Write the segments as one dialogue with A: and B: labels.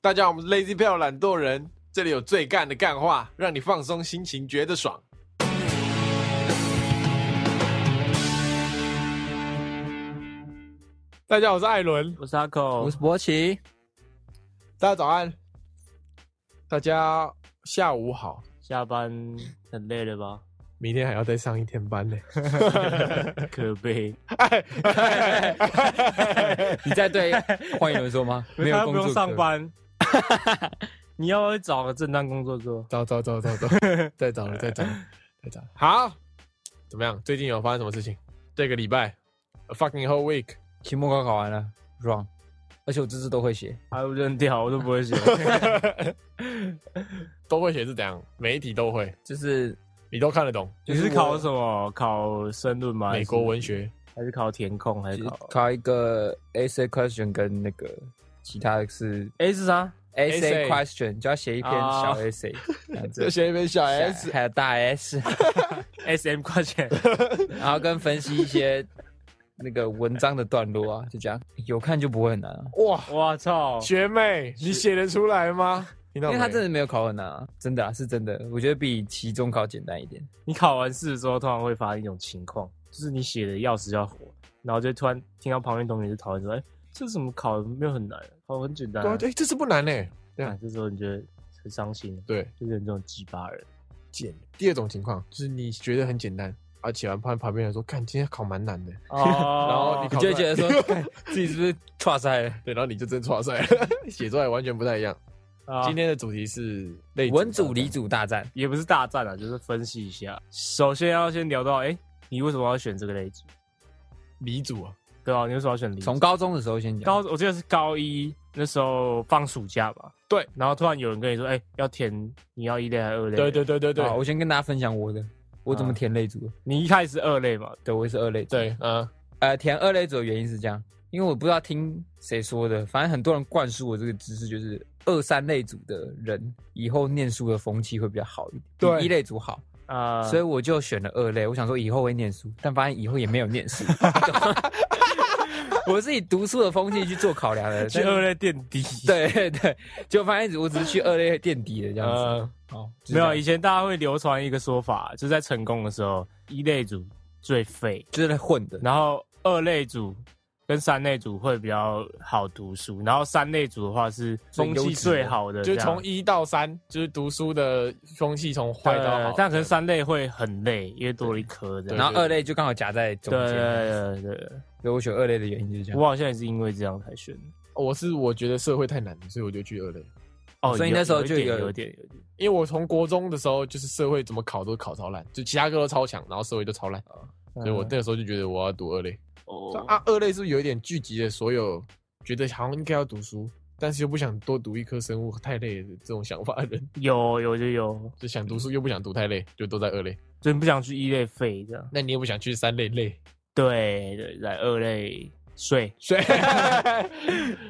A: 大家好，我们是 Lazy Bell 懒惰人，这里有最干的干话，让你放松心情，觉得爽。大家好，我是艾伦，
B: 我是阿口
C: 我，是博奇，
A: 大家早安，大家下午好，
B: 下班很累了 吧？
A: 明天还要再上一天班 呢。哎
B: 可悲，
C: 你在 对黄友说吗？ 没有
B: 他
C: 工
B: 不
C: 作
B: 用上
C: 可
B: 班，你要找个正当工作做。
A: 找找找找找，再找了，再找了，再找了。哎好，怎么样？最近有发生什么事情？这个礼拜，a fucking whole week，
C: 期末考考完了，wrong，而且我字字都会写，
B: 还有扔掉，啊我都不会 写。
A: 都会写是怎样？每一题都会，
C: 就是
A: 你都看得懂。
B: 你
C: 就是是
B: 考
C: 我
B: 什么？考申论吗？还
A: 美
B: 是
A: 国文学，
B: 还是考填空？还是考
C: 考一个 essay question 跟那个其他的是
B: A 是啥？
A: essay
C: essay 啊 question，就要写一篇小
B: 哦
C: essay，这样
A: 这
C: 子。
A: 写一篇小 S，
C: 还有大 S，
B: S M 块钱，
C: 然后跟分析一些那个文章的段落啊，就这样，有看就不会很难啊。
A: 哇，
B: 我操！
A: 学妹，你写得出来吗？因
C: 因为他真
A: 的
C: 的没有考很难啊，真的啊，是真的。我觉得比期中考简单一点。
B: 你考完试之后，突然会发生一种情况，就是你写的要死要活，然后就突然听到旁边同学就讨论说：“哎、这怎么考的没有很难，考得很简单、
A: 对
B: 啊
A: 啊，。哎，这次不难呢。”对
B: 啊，这时候你觉得很伤心，
A: 对，
B: 就是有这种鸡巴人。
A: 简。第二种情况就是你觉得很简单，而且完旁旁边人说，看今天考蛮难的，
B: 哦，
A: 然后你
C: 你
A: 考
C: 就会
A: 出
C: 觉
A: 来
C: 得说，干 自己是不是差赛了？
A: 对，然后你就真抓出来了，写出来完全不太一样。
B: 啊
A: 今天的主题是类
C: 文组
A: 理
C: 理组大战，
B: 也不是大战啊，就是分析一下。首先要先聊到，哎、你为什么要选这个类组？
A: 理组啊，
B: 对啊，你为什么要选啊理组？
C: 从高中的时候先讲。
B: 高，我记得是高一那时候放暑假吧。
A: 对，
B: 然后突然有人跟你说，哎、要填你要一类还是二类？
A: 对对对对对
C: 好，我先跟大家分享我的，我
B: 嗯
C: 怎么填类组的。
B: 你一开始二类嘛，
C: 对，我也是二类组。
A: 对，，嗯，
C: 呃，填二类组的原因是这样，因为我不知道听谁说的，反正很多人灌输我这个知识，就是二三类组的人以后念书的风气会比较好一点，
A: 对
C: 比一类组好，
B: 啊、
C: 所以我就选了二类。我想说以后会念书，但发现以后也没有念 书。我是以读书的风气去做考量的，
B: 去二类垫底。
C: 对对，就发现我只是去二类垫底的这样子。
B: 嗯
A: 呃，
C: 哦，
B: 没有，以前大家会流传一个说法，就是在成功的时候，一类组最废，
C: 就是在混的。
B: 然后二类组跟三类组会比较好读书，然后三类组的话是
C: 最
B: 风
C: 优质的哦
B: 气最好的这
A: 就是
B: 样，
A: 从一到三，就是读书的风气从坏到
B: 呃
A: 好，
B: 但可能三类会很累，因为多了一科这
A: 对
C: 然
B: 样。
C: 后二类就刚好夹在中
B: 对对
C: 间，
B: 对对对
C: 所以我选二类的原因就是这
B: 对，
C: 样。
B: 我好像也是因为这样才选的。
A: 我是我觉得社会太难了，所以我就去二类。
B: 哦，
C: 所以
B: 有
C: 那时候
B: 有一
C: 就
B: 点
C: 有
B: 有一点有一点。
A: 因为我从国中的时候，就是社会怎么考都考超烂，就其他科都超强，然后社会都超烂，
C: 嗯
A: 所以我那个时候就觉得我要读二类。
B: 嗯哦
A: 啊，二类是不是有一点聚集了所有觉得好像应该要读书，但是又不想多读一科生物太累的这种想法的人，
B: 有有就有，
A: 就想读书又不想读太累，就都在二类。
B: 所以不想去一类废这样。
A: 那你也不想去三类累，
B: 对对，在二类睡。
A: 是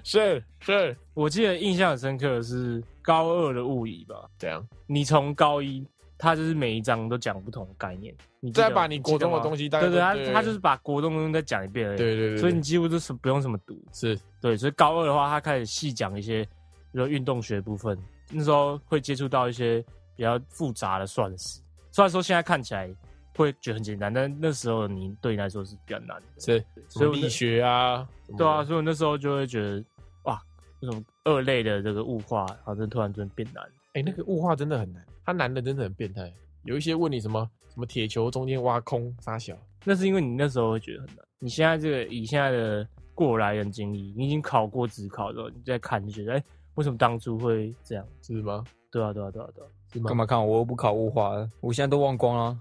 A: 是是，
B: 我记得印象很深刻的是高二的物理吧，
A: 怎样？
B: 你从高一，他就是每一章都讲不同的概念，你记得
A: 再把你国中的东
B: 西，
A: 西大
B: 对
A: 概
B: 对
A: 都，
B: 他他就是把国中的东西再讲一遍而已，
A: 对对对，
B: 所以你几乎都是不用什么读，
A: 是
B: 对，所以高二的话，他开始细讲一些，比如说运动学部分，那时候会接触到一些比较复杂的算式，虽然说现在看起来会觉得很简单，但那时候你对你来说是比较难的，
A: 是，
B: 所以我
A: 力
B: 那
A: 学啊，什么
B: 对啊，
A: 的，
B: 所以我那时候就会觉得，哇，为什么二类的这个物化，好像突然间变难。
A: 哎、那个物化真的很难，它难的真的很变态。有一些问你什么什么铁球中间挖空杀小，
B: 那是因为你那时候会觉得很难。你现在这个以现在的过来人经历，你已经考过职考之后，你再看就觉得，哎、为什么当初会这样？
A: 是吗？
B: 对啊，对啊，对啊， 对啊，
A: 是吗
C: 干？嘛看我？我又不考物化了，我现在都忘光了。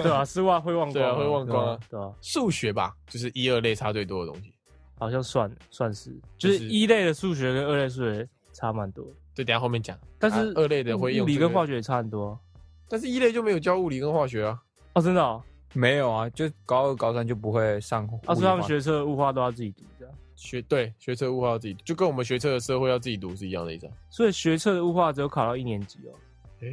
B: 对啊，是啊，会忘光、
A: 对啊会忘光啊
B: 啊，对啊，
A: 数学吧，就是一二类差最多的东西，
B: 好像算算是，
A: 就
B: 就是是一类的数学跟二类数学差蛮多，
A: 就等一下后面讲。
B: 但是
A: 啊二类的会用
B: 物理
A: 这个
B: 跟化学也差很多啊
A: 但是一类就没有教物理跟化学啊，
B: 哦，真的哦，
C: 没有啊，就高二高三就不会上物理化。
B: 啊，所以他们学测物化都要自己读这样，
A: 学对学测物化要自己，就跟我们学测的社会要自己读是一样的意思、啊。
B: 所以学测的物化只有考到一年级哦，
A: 哎、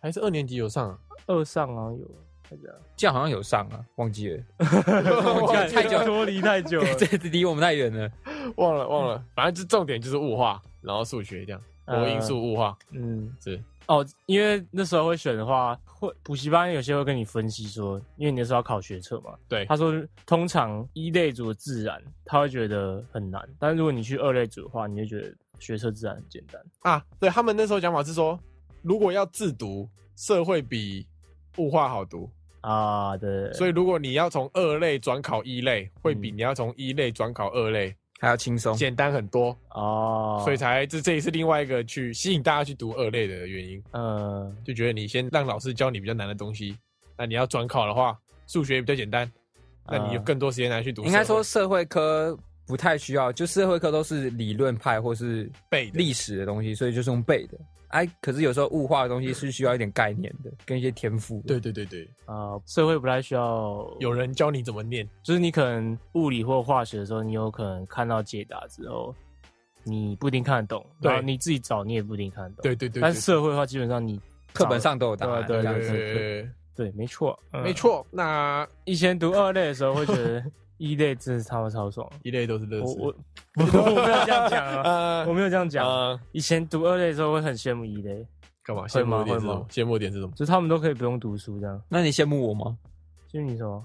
A: 还是二年级有 上、啊，
B: 二上好像有，还是这样
C: 这样好像有上啊，忘记了，
A: 忘了
C: 太久了
B: 脱离 太
C: ，
B: 久了
C: 这离我们太远了。
A: 忘了忘了，反正就重点就是物化，然后数学这样。国因素物化
B: 嗯，
A: 是
B: 哦，因为那时候会选的话，会补习班有些会跟你分析说，因为你那时候要考学测嘛，
A: 对
B: 他说通常一类组的自然他会觉得很难，但是如果你去二类组的话，你就觉得学测自然很简单。
A: 啊。对他们那时候讲法是说，如果要自读，社会比物化好读，
B: 啊，对，
A: 所以如果你要从二类转考一类，会比
B: 嗯
A: 你要从一类转考二类
C: 还要轻松。
A: 简单很多，
B: 哦，
A: 所以才这这也是另外一个去吸引大家去读二类的原因，
B: 呃，
A: 就觉得你先让老师教你比较难的东西，那你要转考的话，数学比较简单，那你有
B: 啊
A: 更多时间来去读社会。
C: 应该说社会科不太需要，就社会科都是理论派或是
A: 背的
C: 历史的东西，所以就是用背的。哎，可是有时候物化的东西是需要一点概念的，跟一些天赋的。
A: 对对对对，
B: 啊，社会不太需要
A: 有人教你怎么念，
B: 就是你可能物理或化学的时候，你有可能看到解答之后，你不一定看得懂，
A: 对
B: 然后你自己找你也不一定看得懂。
A: 对对对对
B: 但是社会的话，基本上你
C: 课本上都有答案。
B: 对啊对啊
A: 对
C: 这样
A: 对
C: 子
A: 对对
B: 对，没错，
A: 对，
B: 嗯
A: 没。错。那
B: 以前读二类的时候，会觉得一类真是他妈超 爽。
A: 一类都是乐
B: 我
A: 事，
B: 我我 没有这样 讲啊，
A: 呃
B: 我没有这样讲。
A: 呃
B: 以前读二类的时候会很羡慕一类，
A: 干嘛？
B: 会
A: 羡
B: 吗
A: 慕点是什
B: 会
A: 么
B: 吗？
A: 羡慕点是什么？
B: 就是他们都可以不用读书这样。
C: 那你羡慕我吗？
B: 就是你什么？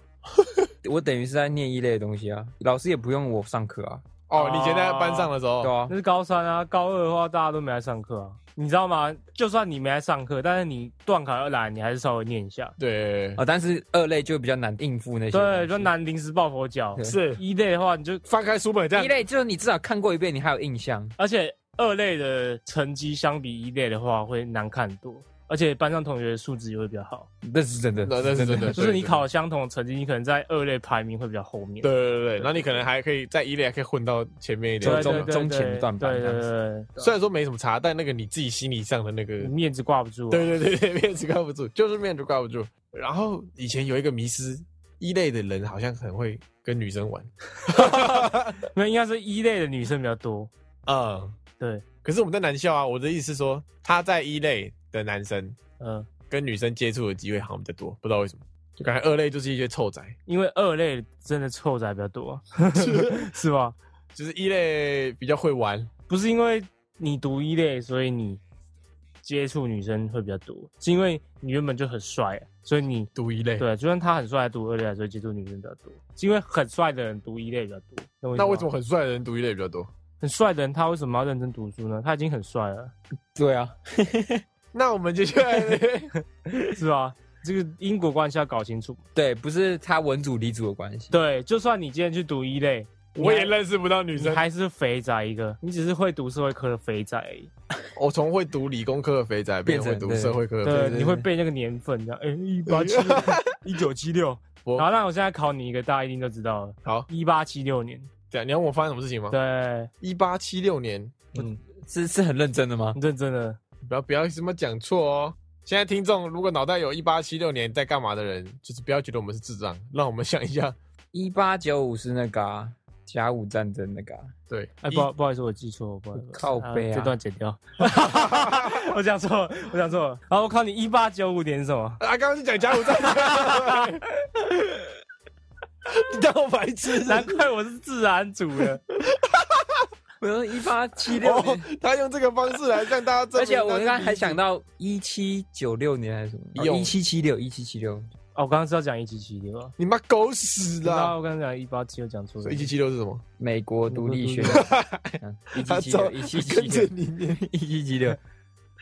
C: 我等于是在念一类的东西啊，老师也不用我上课啊。
A: 哦，你以前在班上的时候，
C: 对啊
B: 那，是高三啊，高二的话大家都没来上课啊，你知道吗？就算你没来上课，但是你断考要来，你还是稍微念一下。
A: 对
C: 啊，但是二类就比较难应付那些。
B: 对，就。难临时抱佛脚。
C: 对
A: 是
B: 一类的话，你就
A: 翻开书本这样
C: 一，类就是你至少看过一遍，你还有印象。
B: 而且二类的成绩相比一类的话会难看多，而且班上同学的素质也会比较好。
C: 那是真的，
A: 那那是真的，
B: 就是
A: 对
B: 你考相同的成绩，你可能在二类排名会比较后
A: 对
B: 面。
A: 对对，那你可能还可以在一类还可以混到前面一
B: 对，
A: 点，
B: 对
C: 中
B: 对对
C: 中前段班
B: 对对
C: 这样子
B: 对
A: 虽然说没什么差，但那个你自己心理上的那个，
B: 对，面子挂不住。啊
A: 对对对对，面子挂不住，就是面子挂不住。然后以前有一个迷失，一类的人好像很会跟女生玩，
B: 没有，应该是一类的女生比较多。
A: 嗯，
B: 对，
A: 可是我们在男校啊，我的意思是说，他在一类的男生
B: 嗯、
A: 跟女生接触的机会好像比较多，不知道为什么，就感觉二类就是一些臭宅，
B: 因为二类真的臭仔比较多， 是吧？
A: 就是一类比较会玩，
B: 不是因为你读一类，所以你接触女生会比较多，是因为你原本就很帅，啊所以你
A: 读一类。
B: 对，就算他很帅，读二类，所以接触女生比较多，是因为很帅的人读一类比较多。懂我意思吗
A: 那为什么很帅的人读一类比较多？
B: 很帅的人他为什么要认真读书呢？他已经很帅了，
C: 对啊，
A: 那我们接下来
B: 是吧？这个因果关系要搞清楚。
C: 对，不是他文组理组的关系。
B: 对，就算你今天去读一类，你还
A: 我也认识不到女
B: 你
A: 生，
B: 还是肥宅一个，你只是会读社会科的肥宅而已。
A: 我从会读理工科的肥仔变成会
C: 变成
A: 读社会科的肥
B: 对，
A: 仔。
B: 你会背那个年份，这样，哎、一八七， 一九七六。
A: 我
B: 好，那我现在考你一个，大家一定都知道了，
A: 好，
B: 一八七六年。
A: 这样你要问我发生什么事情
B: 哦
A: 吗？
B: 对，
A: 一八七六年，
C: 嗯，是是很认真的吗？
B: 认真的，
A: 不要不要什么讲错哦。现在听众如果脑袋有一八七六年在干嘛的人，就是不要觉得我们是智障，让我们想一下。
C: 一八九五是那个啊，甲午战争那个 啊，
A: 对，
B: 哎、
A: 一
B: 不好不好意思，我记错，了，不好意思，
C: 靠背啊
B: 这段剪掉， 我讲错，了，我讲错。了。然后我靠你一八九五年是什 么？
A: 啊，刚刚是讲甲午战争，你当我白痴
B: 难怪我是自然组的，
C: 我说一八七六
A: 哦，他用这个方式来让大家证明，
C: 而且我刚刚还
A: 想
C: 想到一七九六年还是什么，
A: 用
C: 一七七六一七七六，
B: 哦，我刚刚是要讲一七七六，啊
A: 你妈狗屎
B: 然后
A: 啦！
B: 我刚刚讲一八七六讲错了
A: 一，七七六是什么？
C: 美国独 立宣言，一
A: 他
C: 七七
A: 照
C: 六一七七
A: 跟着
C: 六
A: 你念。
C: 一七七 六，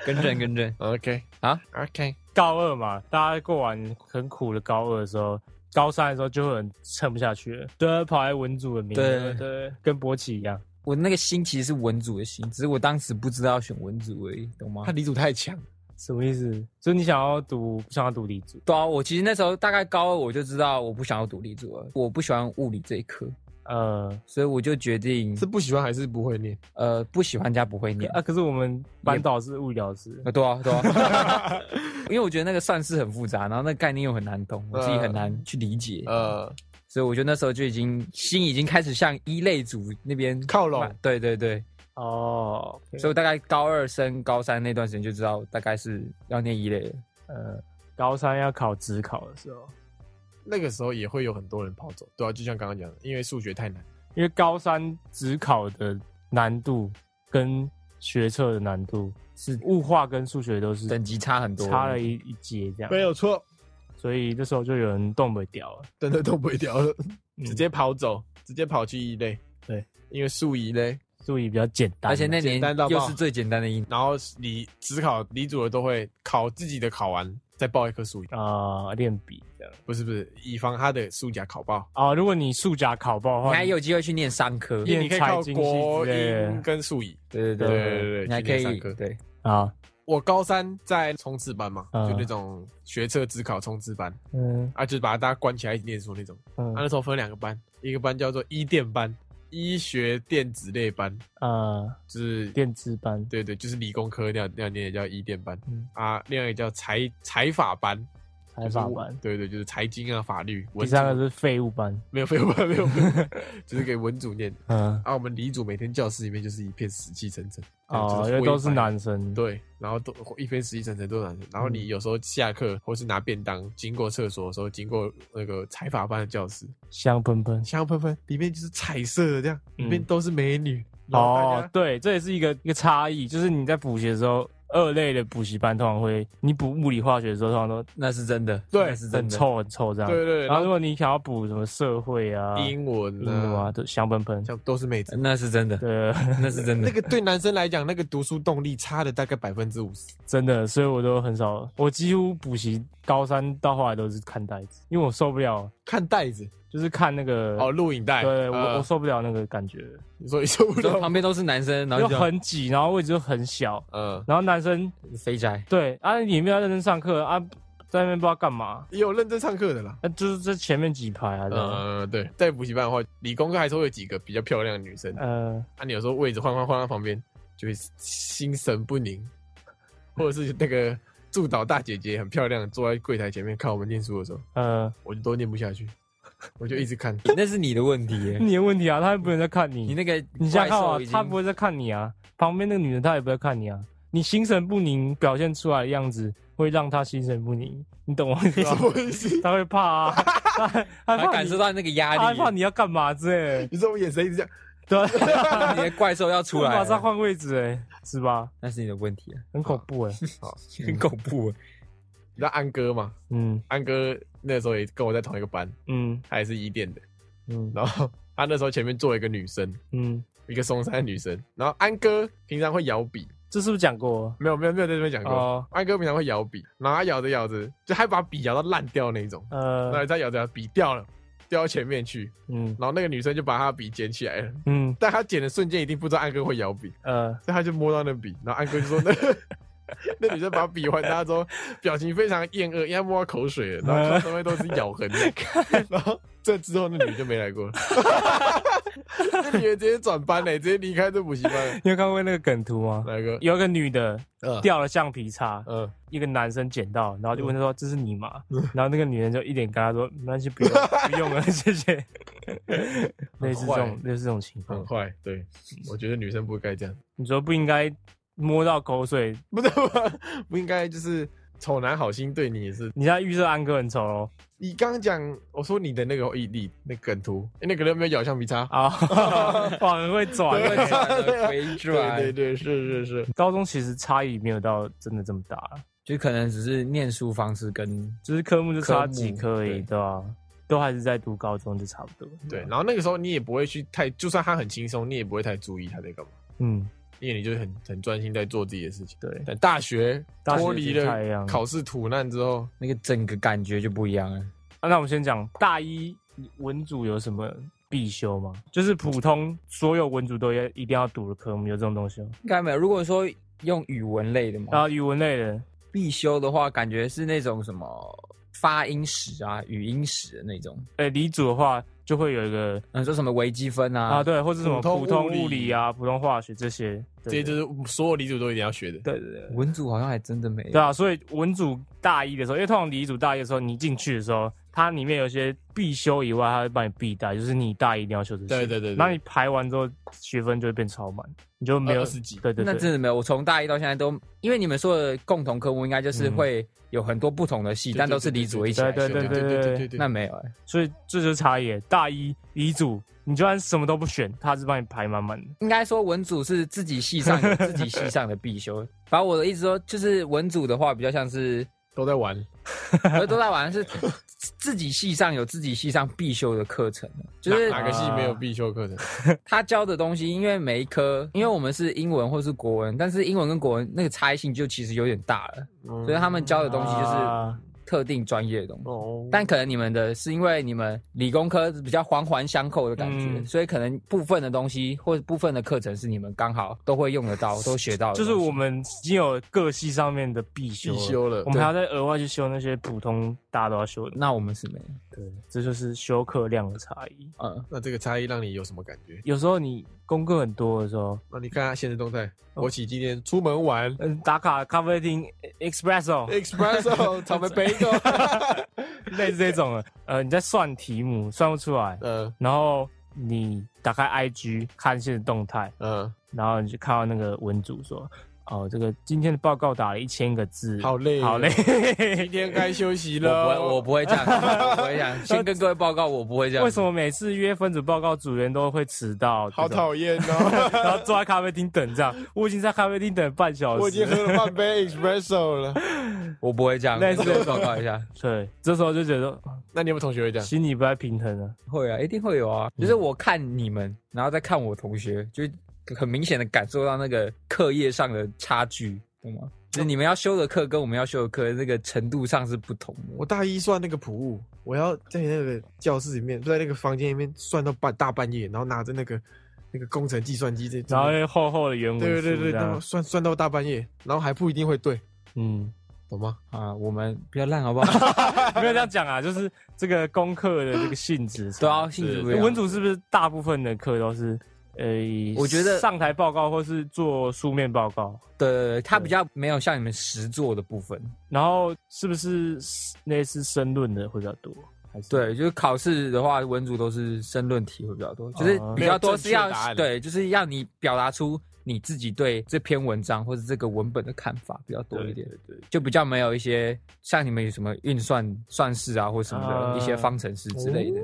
C: 更正更正，
A: OK
C: 啊
A: ，OK，
B: 高二嘛，大家过完很苦的高二的时候。高三的时候就会很撑不下去了，对，跑来文组的名
C: 对
B: 额，对，跟博奇一样，
C: 我那个心其实是文组的心，只是我当时不知道要选文组而已，懂吗
A: 他？离组太强，
B: 什么意思？就是你想要读，不想要读理组，
C: 对啊，我其实那时候大概高二我就知道我不想要独立组了，我不喜欢物理这一科，
B: 呃，
C: 所以我就决定
A: 是不喜欢还是不会念？
C: 呃不喜欢加不会念
B: 啊，可是我们班导是物理老师，
C: 啊，对啊，对啊，因为我觉得那个算式很复杂，然后那个概念又很难懂，我自己很难去理解，
A: 呃，
C: 所以我觉得那时候就已经心已经开始向一类组那边
A: 靠拢。
C: 对对对，
B: 哦，
C: 所以
B: 所以
C: 我大概高二升高三那段时间就知道大概是要念一类了。
B: 呃，高三要考职考的时候，
A: 那个时候也会有很多人跑走，对啊，就像刚刚讲的，因为数学太难。
B: 因为高三职考的难度跟学测的难度，
C: 是
B: 物化跟数学都是
C: 等级差很多，
B: 差了一一节这样，
A: 没有错，
B: 所以那时候就有人动不掉了，
A: 真的动不掉了，
B: 嗯
A: 直接跑走，直接跑去一类。
B: 对，
A: 因为数一类，
B: 数理比较简单，
C: 而且那年
A: 简单到爆
C: 又是最简单的音，
A: 然后理只考理组的都会考自己的考完，再报一科数一。
B: 啊练笔这样
A: 不是不是，以防他的数甲考爆。
B: 啊，如果你数甲考爆的
C: 你
A: 哦
B: 话，
C: 还有机会去念商科，
B: 念
A: 因为你可以靠
B: 财经系之类的
A: 国英跟数乙。
C: 对
A: 对
C: 对
A: 对
C: 对，
A: 对对，
C: 你还
A: 去
C: 可
A: 念
C: 以
A: 商科
C: 对，
B: 啊，
A: 我高三在冲刺班嘛，
B: 嗯
A: 就那种学测只考冲刺班，
B: 嗯
A: 啊，就是把大家关起来一起念书那种。啊，
B: 嗯
A: 那时候分两个班，一个班叫做医电班，医学电子类班，
B: 啊，
A: 就是
B: 电子班
A: 对对，就是理工科那样那样念的叫医电班。
B: 嗯
A: 啊，另外一个叫财财法班，
B: 采访
A: 就是
B: 班，
A: 对对，就是财经啊、法律。
B: 第
A: 文
B: 三
A: 组
B: 个是废物班，
A: 没有废话，没有废 话，就是给文组念。
B: 嗯
A: 啊，我们理组每天教室里面就是一片死气沉沉，
B: 哦，
A: 就是
B: 因为都是
A: 灰白
B: 男嗯生，
A: 对，然后都一边死气沉沉都难。然后你有时候下课或是拿便当经过厕所的时候，经过那个财法班的教室，
B: 香喷喷。
A: 香喷喷，里面就是彩色的这样，
B: 嗯
A: 里面都是美女。然后大
B: 哦
A: 家，，
B: 对，这也是一个一个差异，就是你在补习的时候，二类的补习班通常会，你补物理化学的时候，通常都
C: 那是真的，
A: 对
C: 那是真
B: 很
C: 的，
B: 臭很臭这样。
A: 对对
B: 然
A: 然
B: 后
A: 后
B: 如果你想要补什么社会啊、
A: 英文
B: 英文啊，
A: 啊，
B: 都香喷喷。
A: 像都是妹子。
C: 那是真的，
B: 对，
C: 那是真
A: 那
C: 的，
A: 个对男生来讲，那个读书动力差了大概百分之五十。
B: 真的，所以我都很少，我几乎补习高三到后来都是看袋子，因为我受不了，
A: 看袋子
B: 就是看那个，
A: 哦，录影带。
B: 对我、
C: 嗯
A: 呃
B: 我受不了那个感觉，
A: 你说你受不
C: 你 说
A: 了。
C: 旁边都是男生，然后
B: 又
C: 就这样
B: 很挤，然后位置又很小，
A: 嗯，
B: 然后男生
C: 肥宅，
B: 对啊，你没有认真上课啊，在那边不知道干嘛，
A: 也有认真上课的啦。
B: 那就是这前面几排啊，这样
C: 嗯
A: 呃，对，在补习班的话，理工科还是会有几个比较漂亮的女生，
C: 嗯
B: 呃，
A: 啊，你有时候位置换换换到旁边，就会心神不 宁，或者是那个助导大姐姐很漂亮，坐在柜台前面看我们念书的时候，
B: 呃，
A: 我就都念不下去，我就一直看。
C: 那是你的问题耶，
A: 嗯
B: 你的问题啊，他也不能再看你，
C: 你那个
B: 你想想看
C: 怪
B: 啊
C: 兽已，经
B: 他不会再看你啊，旁边那个女人她也不会看你啊，你心神不宁表现出来的样子会让她心神不宁，你懂我意思
A: 什
B: 吗？
A: 么意思？
B: 她会怕啊，她她
C: 他
B: 怕
C: 感
B: 你
C: 受，到那
B: 她
C: 个压
B: 害
C: 力，
B: 怕你要干嘛之类的，
A: 你说我眼神一直这样，
B: 对，
C: 你的怪兽要出来
B: 马上
C: 了，
B: 换位置哎，是吧？
C: 那是你的问题啊，
B: 很恐怖哎，
C: 很恐怖啊耶，
A: 你知道安哥嘛？
B: 嗯
A: 安哥那时候也跟我在同一个班，
B: 嗯
A: 他也是一店的，
B: 嗯
A: 然后他那时候前面坐一个女生，
B: 嗯，
A: 一个松山的女生，然后安哥平常会摇笔，
B: 这是不是讲过？
A: 没有没有没有在这边讲过，
B: 哦
A: 安哥平常会摇笔，然后他咬着咬着，就还把笔咬到烂掉那一种。
B: 呃
A: 对，，他咬着咬着笔掉了，掉到前面去，
B: 嗯
A: 然后那个女生就把她的笔捡起来了。
B: 嗯
A: 但她捡的瞬间一定不知道安哥会咬笔，
B: 呃，
A: 所以她就摸到那笔，然后安哥就说那那 女生把笔还她之后，表情非常厌恶，因为她摸到口水了，然后上面都是咬痕的。然后这之后那女的就没来过了， 那女的直接转班嘞，直接离开这补习班了。
B: 你有看过那个梗图吗？
A: 哪一个？
B: 有一个女的
A: 嗯
B: 掉了橡皮擦，
A: 嗯，
B: 一个男生捡到，然后就问他说：“这是你吗？”然后那个女人就一脸跟他说：“没关系，不用，不用了，谢谢。” 类似这种类似这种情
A: 很，
B: 况
A: 嗯坏。对，我觉得女生不该这样，
B: 你说不应该摸到口水，
A: 不是吧不应该就是丑男好心对你也是
B: 你在预设安哥很丑哦
A: 你刚刚讲，我说你的那个毅力，那梗图，诶那个人有没有咬橡皮擦？
B: 啊，哇，很会转欸
A: 对。
C: 回 转回
A: 对对对，是
C: 转，啊
A: 是是，
B: 高中其实差异没有到真的这么大，
C: 就可能只是念书方式跟
B: 就是科目就差几科而
C: 科
B: 已，
C: 目对
B: 对吧、都还是在读高中就差不多。
A: 对。然后那个时候你也不会去太，就算他很轻松，你也不会太注意他在干嘛，
B: 嗯，
A: 因为你就很很专心在做自己的事情。
B: 对，
A: 但大学
B: 大学
A: 脱离
B: 就不太一样
A: 了考试苦难之后，
C: 那个整个感觉就不一样了。
B: 啊，那我们先讲大一文组有什么必修吗？就是普通所有文组都要一定要读的科目，有这种东西吗？
C: 应该没有。如果说用语文类的
A: 哦
C: 嘛，
B: 然后语文类的，
C: 必修的话，感觉是那种什么发音史啊、语音史的那种。
B: 哎、理组的话就会有一个
C: 嗯，说什么微积分啊？
B: 啊，对，或是什么
A: 普通
B: 普通
A: 物理
B: 物理啊、普通化学这些，
A: 这
B: 对
A: 些就是所有理组都一定要学的。
B: 对对对对
C: 文组好像还真的没有。
B: 对啊，所以文组大一的时候，因为通常理组大一的时候，你进去的时候，它里面有些必修以外，它会帮你必带，就是你大一一定要修这些。
A: 对对对对
B: 那你排完之后，学分就会变超满，你就没有
A: 二十几
B: 对对对，
C: 那真的没有。我从大一到现在都，因为你们说的共同科目应该就是
B: 嗯
C: 会有很多不同的系，
A: 对
C: 但都是理组一起来
B: 对
C: 修
B: 对
C: 的。
A: 对
B: 对对
A: 对
C: 啊
B: 对
A: 对对，
C: 那没有、欸，
B: 所以这就是差异。大一乙组你就算什么都不选，他还是帮你排满满的。
C: 应该说文组是自己系 上有自己系上的必修。反正我的意思说，就是文组的话，比较像 是
A: 都在玩，
C: 而都在玩是自自己系上有自己系上必修的课程，就是
A: 哪哪个系没有
B: 啊
A: 必修课程？
C: 他教的东西，因为每一科，因为我们是英文或是国文，但是英文跟国文那个差异性就其实有点大了，
A: 所
C: 所以他们教的
A: 嗯
C: 东西就是
B: 啊
C: 特定专业的东西。
A: 哦，
C: 但可能你们的是因为你们理工科比较环环相扣的感觉，
B: 嗯
C: 所以可能部分的东西或者部分的课程是你们刚好都会用得到、都学到的
B: 就
C: 东西。
B: 是我们已经有各系上面的必修
A: 必
B: 了，
A: 修了
B: 我，们还要再额外去修那些普通大家都要修的。
C: 那我们是没有，
B: 对，这就是修课量的差异。
C: 嗯，
A: 那这个差异让你有什么感觉？
B: 有时候你功课很多的时候，
A: 那你看他现实动态，我起今天出门玩
B: 嗯，打卡咖啡厅 espresso
A: 哎 ，espresso 草莓 bagel，
B: 类似这种的，呃，你在算题目算不出来，
A: 嗯
B: 然后你打开 IG 看现实动态，
A: 嗯，
B: 然后你就看到那个文组说，哦，这个今天的报告打了一千个字，
A: 好累哦
B: 好 累，
A: 今天该休息
C: 我不
A: 了，
C: 会，我不会这样，我不会这样。先跟各位报告，我不会这样。
B: 为什么每次约分组报告，组员都会迟到？
A: 好
B: 这种，
A: 讨厌哦。
B: 然后坐在咖啡厅等这样，我已经在咖啡厅等半小时，
A: 我已经喝了半杯 espresso 了。
C: 我不会这样？
B: 类似
C: 跟各位报告一下，
B: 对，这时候就觉得
A: 那你有没有同学会这样？
B: 心里不太平衡了。
C: 会啊，一定会有啊。
A: 嗯
C: 就是我看你们，然后再看我同学，就很明显的感受到那个课业上的差距，懂吗？就是你们要修的课跟我们要修的课，那个程度上是不同的。
A: 我大一算那个普物，我要在那个教室里面，不在那个房间里面算到半大半夜，然后拿着那个那个工程计算机这，
B: 然后又厚厚的原文
A: 对对对
B: 书
A: 对，
B: 这
A: 然后
B: 样，
A: 算算到大半夜，然后还不一定会对，
B: 嗯，
A: 懂吗？
C: 啊，我们比较烂，好不 好？。
B: 没有这样讲啊，就是这个功课的这个性质
C: 对啊，，性质不一样。
B: 文组是不是大部分的课都是呃，
C: 我觉得
B: 上台报告或是做书面报告，
C: 对对对，他比较没有像你们实作的部分。
B: 然后是不是类似申论的会比较多？还是
C: 对，就是考试的话，文组都是申论题会比较多，就是比较多
A: 哦
C: 是
A: 没有正确答
C: 要
A: 案
C: 对，就是要你表达出你自己对这篇文章或者这个文本的看法比较多一点，
B: 对对对
C: 就比较没有一些像你们有什么运算算式啊或什么
B: 啊
C: 的一些方程式之类的，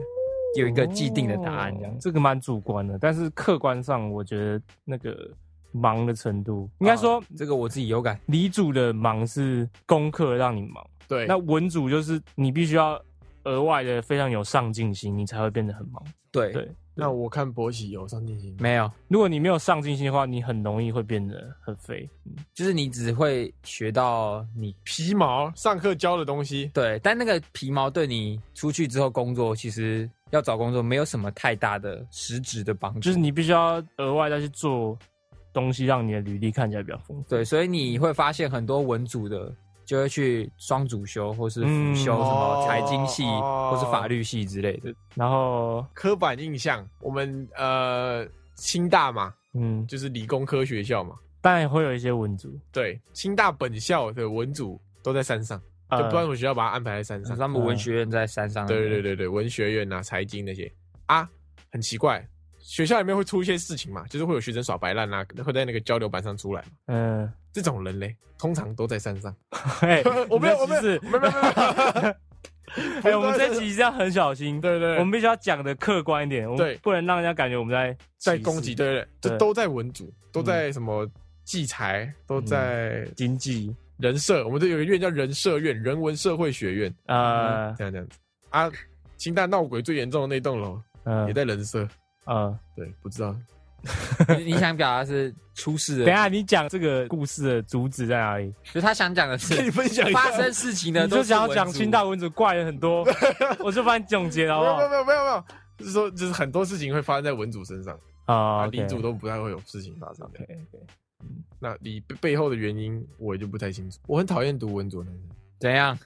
C: 有一个既定的答案这样
B: 哦
C: 子。
B: 这个蛮主观的，但是客观上我觉得那个忙的程度，应该说
C: 啊这个我自己有感，
B: 理组的忙是功课让你忙。
A: 对，
B: 那文组就是你必须要额外的非常有上进心，你才会变得很忙。
C: 对，
B: 对，
A: 那我看博喜有上进心，
C: 没有，
B: 如果你没有上进心的话，你很容易会变得很废。
C: 就是你只会学到你
A: 皮毛上课教的东西，
C: 对，但那个皮毛对你出去之后工作，其实要找工作没有什么太大的实质的帮助。
A: 嗯
B: 就是你必须要额外再去做东西，让你的履历看起来比较丰富。
C: 对，所以你会发现很多文组的就会去双主修或是
B: 嗯
C: 辅修什
A: 哦
C: 么财经系
A: 哦
C: 或是法律系之类的。
B: 然后，
A: 刻板印象，我们呃清大嘛，
B: 嗯，
A: 就是理工科学校嘛，
B: 当然也会有一些文组，
A: 对，清大本校的文组都在山上，就
B: 呃
A: 不知道为什么学校把它安排在山
C: 像
A: 上。嗯
C: 他们文学院在山上，
A: 对对，对对，文学院啊、财经那些啊，很奇怪，学校里面会出一些事情嘛，就是会有学生耍白烂啊，会在那个交流板上出来嘛。
B: 嗯，
A: 这种人嘞，通常都在山上。
B: 嘿
A: 我没有，我
B: 你
A: 没
B: 这
A: 有，
B: 是
A: 没有， 没有，没有。
B: 哎，我们这集一定要很小 心，
A: 对对，
B: 我们必须要讲的客观一点，我
A: 对
B: 们不能让人家感觉我们在
A: 在
B: 歧视
A: 攻击，对对对，嗯
B: 对
A: 这都在文组，都在什么器材，都在
B: 经济，
A: 人社。我们这有个院叫人社院，人文社会学院，
B: 呃，
A: 这样这样子啊。清大闹鬼最严重的那栋楼
B: 嗯
A: 也在人社，
B: 嗯，
A: 对，不知道
C: 你想表达是出事的，
B: 等一下，你讲这个故事的主旨在哪里？
C: 就是他想讲的
A: 跟你
C: 是
A: 分享一下。
C: 发生事情的
B: 你
C: 都
B: 就是想要
C: 文
B: 讲
C: 组
B: 清大文组怪人很多，我就帮你总结了，好
A: 没有
B: 不
A: 没有没
B: 好？
A: 有没有没有，就是说就是很多事情会发生在文组身上，啊，
B: 啊
A: 理组都不太会有事情发生的。
B: OK，嗯
A: 那理背背后的原因我也就不太清楚。我很讨厌读文组的男生。
C: 怎样？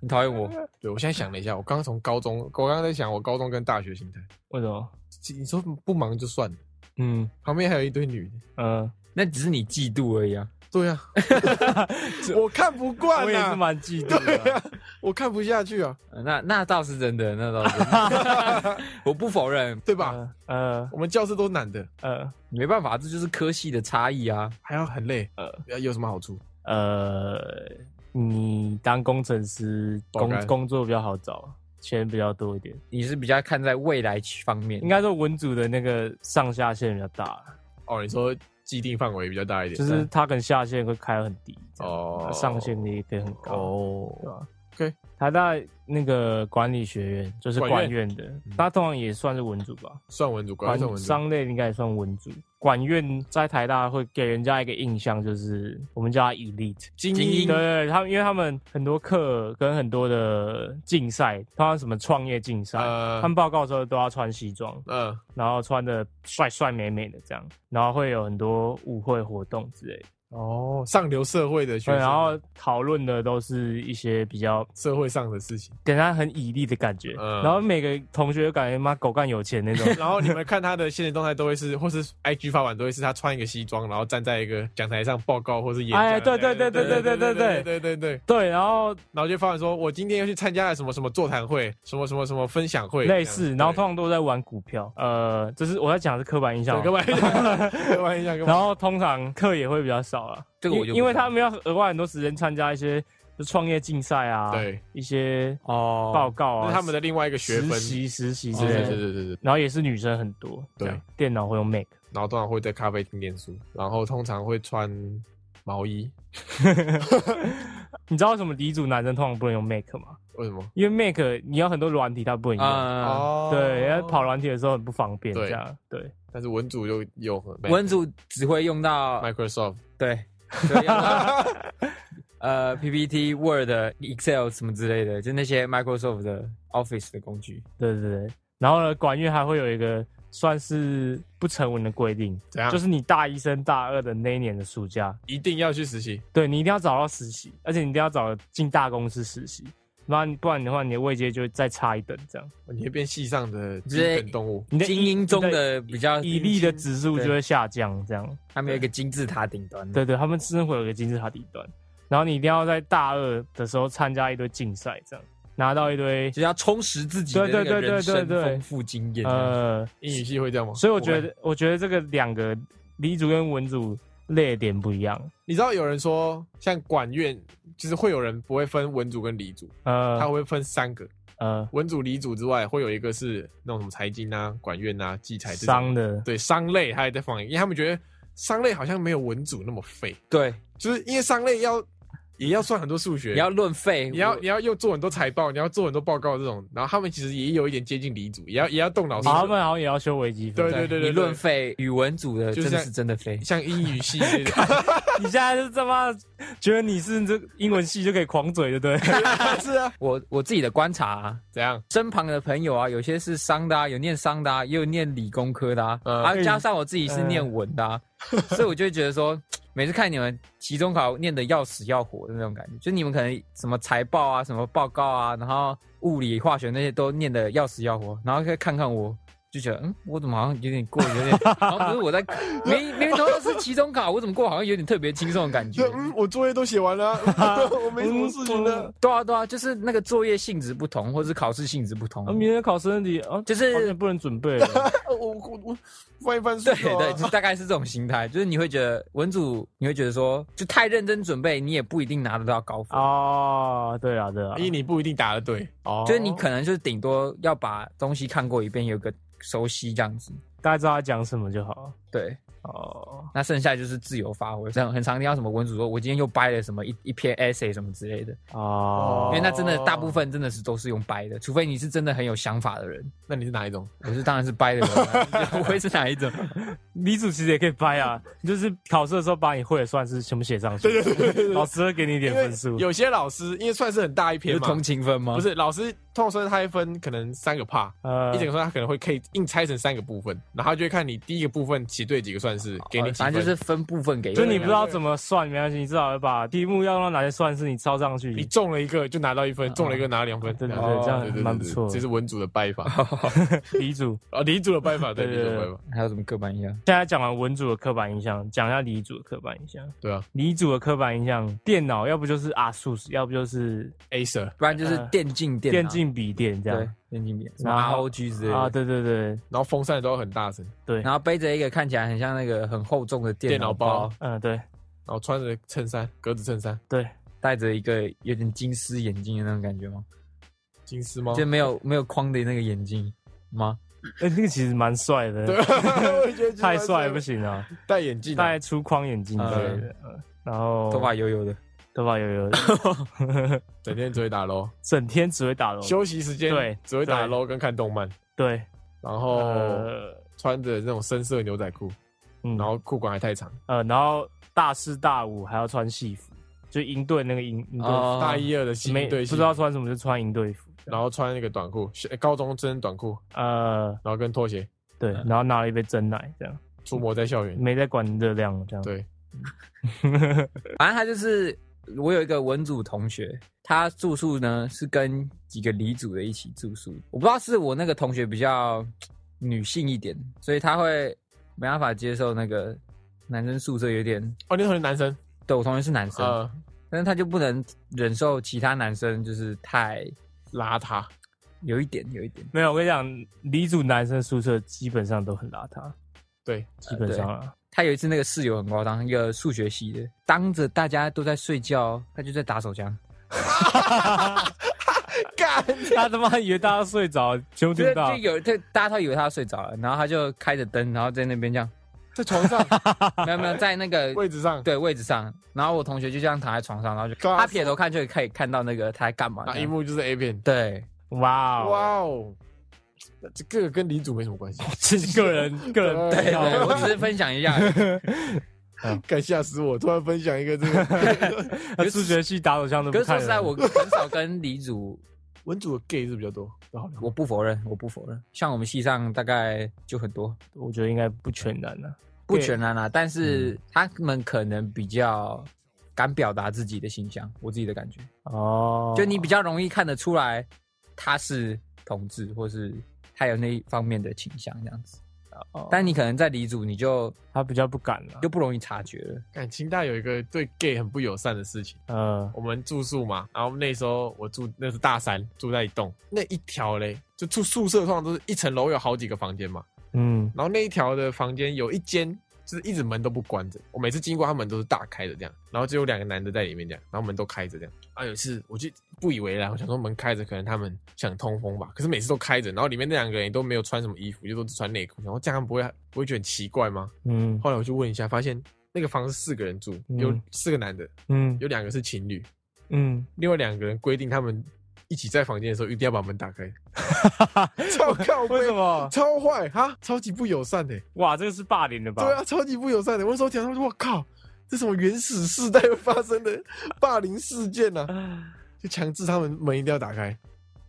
C: 你讨厌我？
A: 对我现在想了一下，我刚刚从高中，我刚刚在想我高中跟大学心态。
B: 为什么？
A: 你说不忙就算了，
B: 嗯
A: 旁边还有一堆女的。
B: 嗯，
C: 那只是你嫉妒而已啊！
A: 对啊， 我看不惯
B: 我也是
A: 啊，
B: 蛮嫉妒
A: 对
B: 的啊。
A: 啊，我看不下去啊，
C: 呃那那倒是真的，那倒 是真的，我不否认，
A: 对吧？
B: 呃
A: 我们教室都是男的，
B: 呃
C: 没办法，这就是科系的差异啊。
A: 还要很累，
B: 呃
A: 呃，有什么好处？
B: 呃，你当工程师
A: 爆
B: 工
A: 肝
B: 工作比较好找，钱比较多一点，
C: 你是比较看在未来方面
B: 应，该说文组的那个上下限比较大，
A: 哦，你说既定范围比较大一点，嗯
B: 就是它跟下限会开很低，这样啊
A: 哦
B: 上限你也可以很高。对
A: 哦
B: 吧
A: OK
B: 台大那个管理学院就是管院的，它通常也算是文组吧，
A: 算文组，管理算文组，
B: 商类应该也算文组。管院在台大会给人家一个印象，就是我们叫它 elite
A: 精
C: 精英
B: 对对，对他们因为他们很多课跟很多的竞赛，通常什么创业竞赛，
A: 呃
B: 他们报告的时候都要穿西装，
A: 嗯，
B: 然后穿的帅帅美美的这样，然后会有很多舞会活动之类的，
A: 哦，上流社会的学
B: 对，
A: 生，
B: 然后讨论的都是一些比较
A: 社会上的事情，
B: 给人家很以利的感觉，
A: 嗯，
B: 然后每个同学都感觉妈狗干有钱那种
A: 然后你们看他的现实动态都会是，或是 IG 发完都会是他穿一个西装，然后站在一个讲台上报告或是演讲。
B: 哎对对对对对对对
A: 对
B: 对
A: 对对对，
B: 对，然后
A: 然后就发完说，我今天又去参加了什么什么座谈会，什么什么什么分享会，
B: 类似，然后通常都在玩股票，呃，这是我在讲的是刻板印象
A: 对，
B: 哦，
A: 对跟玩一下， 跟玩一下，跟
B: 然后通常课也会比较少了，
C: 这个我就
B: 因
C: 不
B: 因为
C: 知道
B: 他们要额外很多时间参加一些就创业竞赛啊，，
A: 对，
B: 一些
C: 哦
B: 报告
A: 这
B: 啊，
A: 是他们的另外一个学
B: 实
A: 分。哦
B: 习实习之
A: 对对
B: 类的
A: 对，对对对，
B: 然后也是女生很多，
A: 对
B: 这样，电脑会用 Mac，
A: 然后通常会在咖啡厅念书，然后通常会穿毛衣，
B: 你知道为什么理组男生通常不能用 Mac 吗？
A: 为什么？
B: 因为 Mac 你要很多软体，它不能用，
C: 啊，
A: 哦
B: 对，要跑软体的时候很不方便，
A: 对
B: 这样，对，
A: 但是文组就有很
C: 文组只会用到
A: Microsoft
C: 对，只会用到呃 PPT、Word、Excel 什么之类的，就那些 Microsoft 的 Office 的工具。
B: 对对对。然后呢，管院还会有一个算是不成文的规定，
A: 怎样？
B: 就
A: 就是
B: 是你大一升大二的那一年的暑假，
A: 一定要去实习，
B: 对你一定要找到实习，而且你一定要找进大公司实习，不然不然的话，你的位阶就会再差一等，这样，
A: 你会变系上的基
C: 对
A: 本动物。
B: 你的
C: 精
B: 一
C: 英中的比较
B: 以利的指数
C: 对嗯
B: 就会下降，这样。
C: 他们有一个金字塔顶端。
B: 对对，他们真的会有一个金字塔底端，然后你一定要在大二的时候参加一堆竞赛，这样拿到一堆
C: 就是要充实自己的那
B: 对
C: 个
B: 对对
C: 人
B: 对
C: 生
B: 对对
C: 丰富经验。
B: 呃，
A: 英语系会这
C: 哦
A: 样吗？
B: 所以我觉得我觉得这个两个理组跟文组列点不一样，
A: 你知道有人说，像管院，就是会有人不会分文组跟理组，他
B: 呃
A: 会分三个，
B: 呃
A: 文组、理组之外，会有一个是那种什么财经啊、管院啊、技材这种
B: 商的
A: 对商类，他也在放，因为他们觉得商类好像没有文组那么废，
C: 对，
A: 就是因为商类要也要算很多数学，
C: 你要论费，
A: 你要
C: 我
A: 你要又做很多财报，你要做很多报告这种，然后他们其实也有一点接近理组，也要也要动脑筋
B: 好，他，们好像也要修微积分。
A: 对对对对
C: 你论费，语文组的
A: 就
C: 真
A: 像
C: 的是真的废。
A: 像英语 系这种，
B: 你现在是他妈觉得你是这英文系就可以狂嘴，对不对？
A: 是啊，
C: 我我自己的观察啊，
A: 怎样？
C: 身旁的朋友啊，有些是商的、啊，有念商的、啊，也有念理工科的啊，
A: 嗯
C: 啊，加上我自己是念文的、啊，所以我就会觉得说，每次看你们期中考念的要死要活的那种感觉，就你们可能什么财报啊、什么报告啊，然后物理、化学那些都念的要死要活，然后再看看我。就觉得，嗯，我怎么好像有点过，有点，好像不是我在，明明明都是期中考，我怎么过好像有点特别轻松的感觉
A: 就。嗯，我作业都写完了 啊，我没什么事情的。
C: 对啊，对啊，就是那个作业性质不同，或是考试性质不 同
B: 啊，。明天考试问题啊，
C: 就
B: 好
A: 哦
C: 是
B: 像不能准备了。
A: 我我我翻一翻书
C: 嗯 对
A: 啊，
C: 对，就大概是这种心态，就是你会觉得文组，你会觉得说，就太认真准备，你也不一定拿得到高 分，
B: 哦，对啊，对啊，
A: 因为你不一定答得对哦
C: 就是你可能就是顶多要把东西看过一遍，有个熟悉这样子。
B: 大家知道他讲什么就好。
C: 对，
B: 哦，
C: 那剩下就是自由发挥，这样很常听到什么文组说，我今天又掰了什么一一篇 essay 什么之类的，
B: 哦，
C: 因为那真的
A: 哦
C: 大部分真的是都是用掰的，除非你是真的很有想法的人。
A: 那你是哪一种？
C: 我是当然是掰的人啊，你我会是哪一种？
B: 李主其实也可以掰啊，你就是考试的时候把你会的算是全部写上去，对对对老师会给你一点
A: 因为
B: 分数。
A: 有些老师因为算是很大一篇
C: 有
A: 嘛，
C: 同情分吗？
A: 不，是老师通常说他会分可能三个 part，
B: 呃
A: 一整个说他可能会可以硬拆成三个部分，然后他就会看你第一个部分写对几个算是给你几分，
C: 反正就是分部分给。
B: 哦就你不知道怎么算没关系，你至少把题目要让哪些算式你抄上去。
A: 你中了一个就拿到一分，中了一个拿两分，
B: 对对
A: 哦
B: 对，这样
A: 对对
B: 蛮不
A: 对
B: 错的。
A: 这是文组的拜法
B: 理组
A: 啊，理组的拜法，对
B: 对
A: 理
B: 对
A: 组的拜法，
C: 还有什么刻板印象？
B: 现在讲完文组的刻板印象，讲一下理组的刻板印象。
A: 对啊
B: 理组的刻板印象，电脑要不就是 ASUS，要不就是
A: ，Acer
C: 不然就是电竞电
B: 电
C: 脑
B: 竞笔电这
C: 对
B: 样。
C: 电竞笔，什么
B: 然后
C: ROG 之类的
B: 啊，对对对
A: 然后风扇都要很大声，
B: 对，
C: 然后背着一个看起来很像那个很厚重的电脑
A: 电脑包，
B: 嗯对
A: 然后穿着衬衫格子衬衫，
B: 对，
C: 戴着一个有点金丝眼镜的那种感觉吗？
A: 金丝猫，
C: 就没有没有框的那个眼镜吗？
B: 哎、那个其实蛮帅
A: 对，
B: 的，
A: 我也觉得
B: 太帅不
A: 了，
B: 行啊，
A: 戴眼镜啊，
B: 戴粗框眼镜之类的，呃然后
C: 嗯头发油油的，
B: 头发油油的，
A: 整天只会打 LO，
B: 整天只会打龙，
A: 休息时间
B: 对
A: 只会打
B: 对
A: LO 跟看动漫，
B: 对，
A: 然
C: 哦
A: 后
B: 呃，
A: 穿着那种深色牛仔裤，
B: 嗯，
A: 然后裤管还太长，
B: 呃，然后大四大五还要穿戏服，就营队那个营营队服，
C: 哦
A: 大一二的新
B: 没
A: 对
B: 不
A: 戏
B: 知道穿什么就穿营队服，
A: 然后穿那个短裤，学高中生短裤，
C: 哦
B: 呃，
A: 然后跟拖鞋
B: 对，
C: 嗯
B: 然后拿了一杯真奶，这样
A: 出没在校园，
B: 没在管热量，
C: 嗯
B: 这样，
A: 对，
C: 反正他就是我有一个文组同学，他住宿呢是跟几个理组的一起住宿。我不知道是我那个同学比较女性一点，所以他会没办法接受那个男生宿舍有点。
A: 哦，你同学男生，
C: 对我同学是男生，
A: 呃，
C: 但是他就不能忍受其他男生就是太
A: 邋遢，
C: 有一点有一点。
B: 没有，我跟你讲，李组男生宿舍基本上都很邋遢，
A: 对，
B: 基
C: 呃
B: 本上啊，
C: 他有一次那个室友很夸张，一个数学系的，当着大家都在睡觉，他就在打手枪，
A: 干，
B: 他他妈以为大家睡着，全部
C: 就
B: 听
C: 是
B: 到
C: 就，有他大家都以为他睡着了，然后他就开着灯，然后在那边 这样，
A: 在床 上
C: 没有没有在那个
A: 位置上，
C: 对位置上，然后我同学就这样躺在床上，然后就
A: 干
C: 他撇头看就可以看到那个他在干嘛
A: 那啊
C: 这
A: 一
C: 样，
A: 幕就是 A 片，
C: 对，
B: 哇哦，
A: 哇哦，这个跟李主没什么 关系，
B: 这是个人个人
A: 对
C: 对
B: 癖好
C: 对，我只是分享一下，嗯
A: 敢吓死我！突然分享一个这 个
B: 他数学系打手枪都
C: 可
B: 不
C: 是说
B: 看
C: 实在，
B: 人，
C: 我很少跟李主，
A: 文组的 gay 是比较多，然后
C: 我不否认，我不否认，像我们系上大概就很多，
B: 我觉得应该不全然啊。
C: 不全然啦，但
B: 嗯
C: 是他们可能比较敢表达自己的形象，我自己的感觉，
B: 哦，
C: 就你比较容易看得出来他是同志，或是他有那一方面的倾向这样子。
B: 哦，
C: 但你可能在李组，你就
B: 他比较不敢啊了
C: 就。不容易察觉了。
A: 感情大有一个对 gay 很不友善的事情。
B: 呃，
A: 我们住宿嘛，然后那时候我住那是大三，住在一栋那一条嘞，就住宿舍通常都是一层楼有好几个房间嘛，
B: 嗯，
A: 然后那一条的房间有一间就是一直门都不关着，我每次经过他门都是大开的这样，然后就有两个男的在里面这样，然后门都开着这样。啊，有一次我就不以为然，我想说门开着可能他们想通风吧，可是每次都开着，然后里面那两个人也都没有穿什么衣服，就都只穿内裤，然后这样他们不会不会觉得很奇怪吗？
B: 嗯
A: 后来我就问一下，发现那个房是四个人住，
B: 嗯
A: 有四个男的，
B: 嗯
A: 有两个是情侣，
B: 嗯，
A: 另外两个人规定他们一起在房间的时候一定要把门打开，超靠背
B: 为什么？
A: 超坏哈，超级不友善的、
B: 哇，这个是霸凌的吧？
A: 对啊，超级不友善的。我那时候讲，他说我靠，这什么原始世代会发生的霸凌事件呢、啊？
B: 啊，
A: 就强制他们门一定要打开。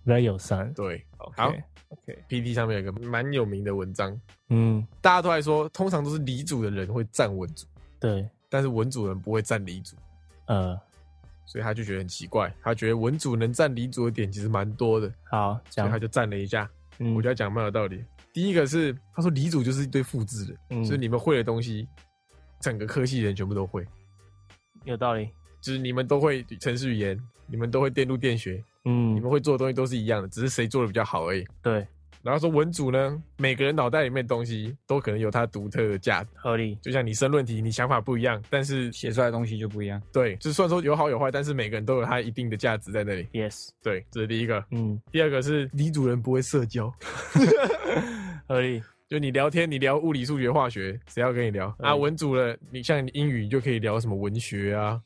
B: 比较友善。
A: 对
B: OK，
A: 好
B: OK，
A: ，P D 上面有一个蛮有名的文章，
B: 嗯，
A: 大家都在说，通常都是理主的人会站文主，
B: 对，
A: 但是文主人不会站理主，
B: 呃，
A: 所以他就觉得很奇怪，他觉得文主能站理主的点其实蛮多的，
B: 好，
A: 所以他
B: 讲，
A: 就站了一下。
B: 嗯
A: 我觉得讲蛮有道理。第一个是他说理主就是一堆复制的，
B: 嗯
A: 所以你们会的东西，整个科系的人全部都会。
B: 有道理。
A: 就是你们都会程式语言，你们都会电路电学，你
B: 嗯
A: 们，会做的东西都是一样的，只是谁做的比较好而已。
B: 对，
A: 然后说文组呢，每个人脑袋里面的东西都可能有它独特的价值，
B: 合理。
A: 就像你申论题，你想法不一样，但是
C: 写出来的东西就不一样。
A: 对，就算说有好有坏，但是每个人都有它一定的价值在那里。
B: Yes，
A: 对，这是第一个。
B: 嗯，
A: 第二个是李主人不会社交，
B: 合理。
A: 就你聊天，你聊物理、数学、化学，谁要跟你聊啊？
B: 嗯
A: 文组了，你像你英语你就可以聊什么文学啊，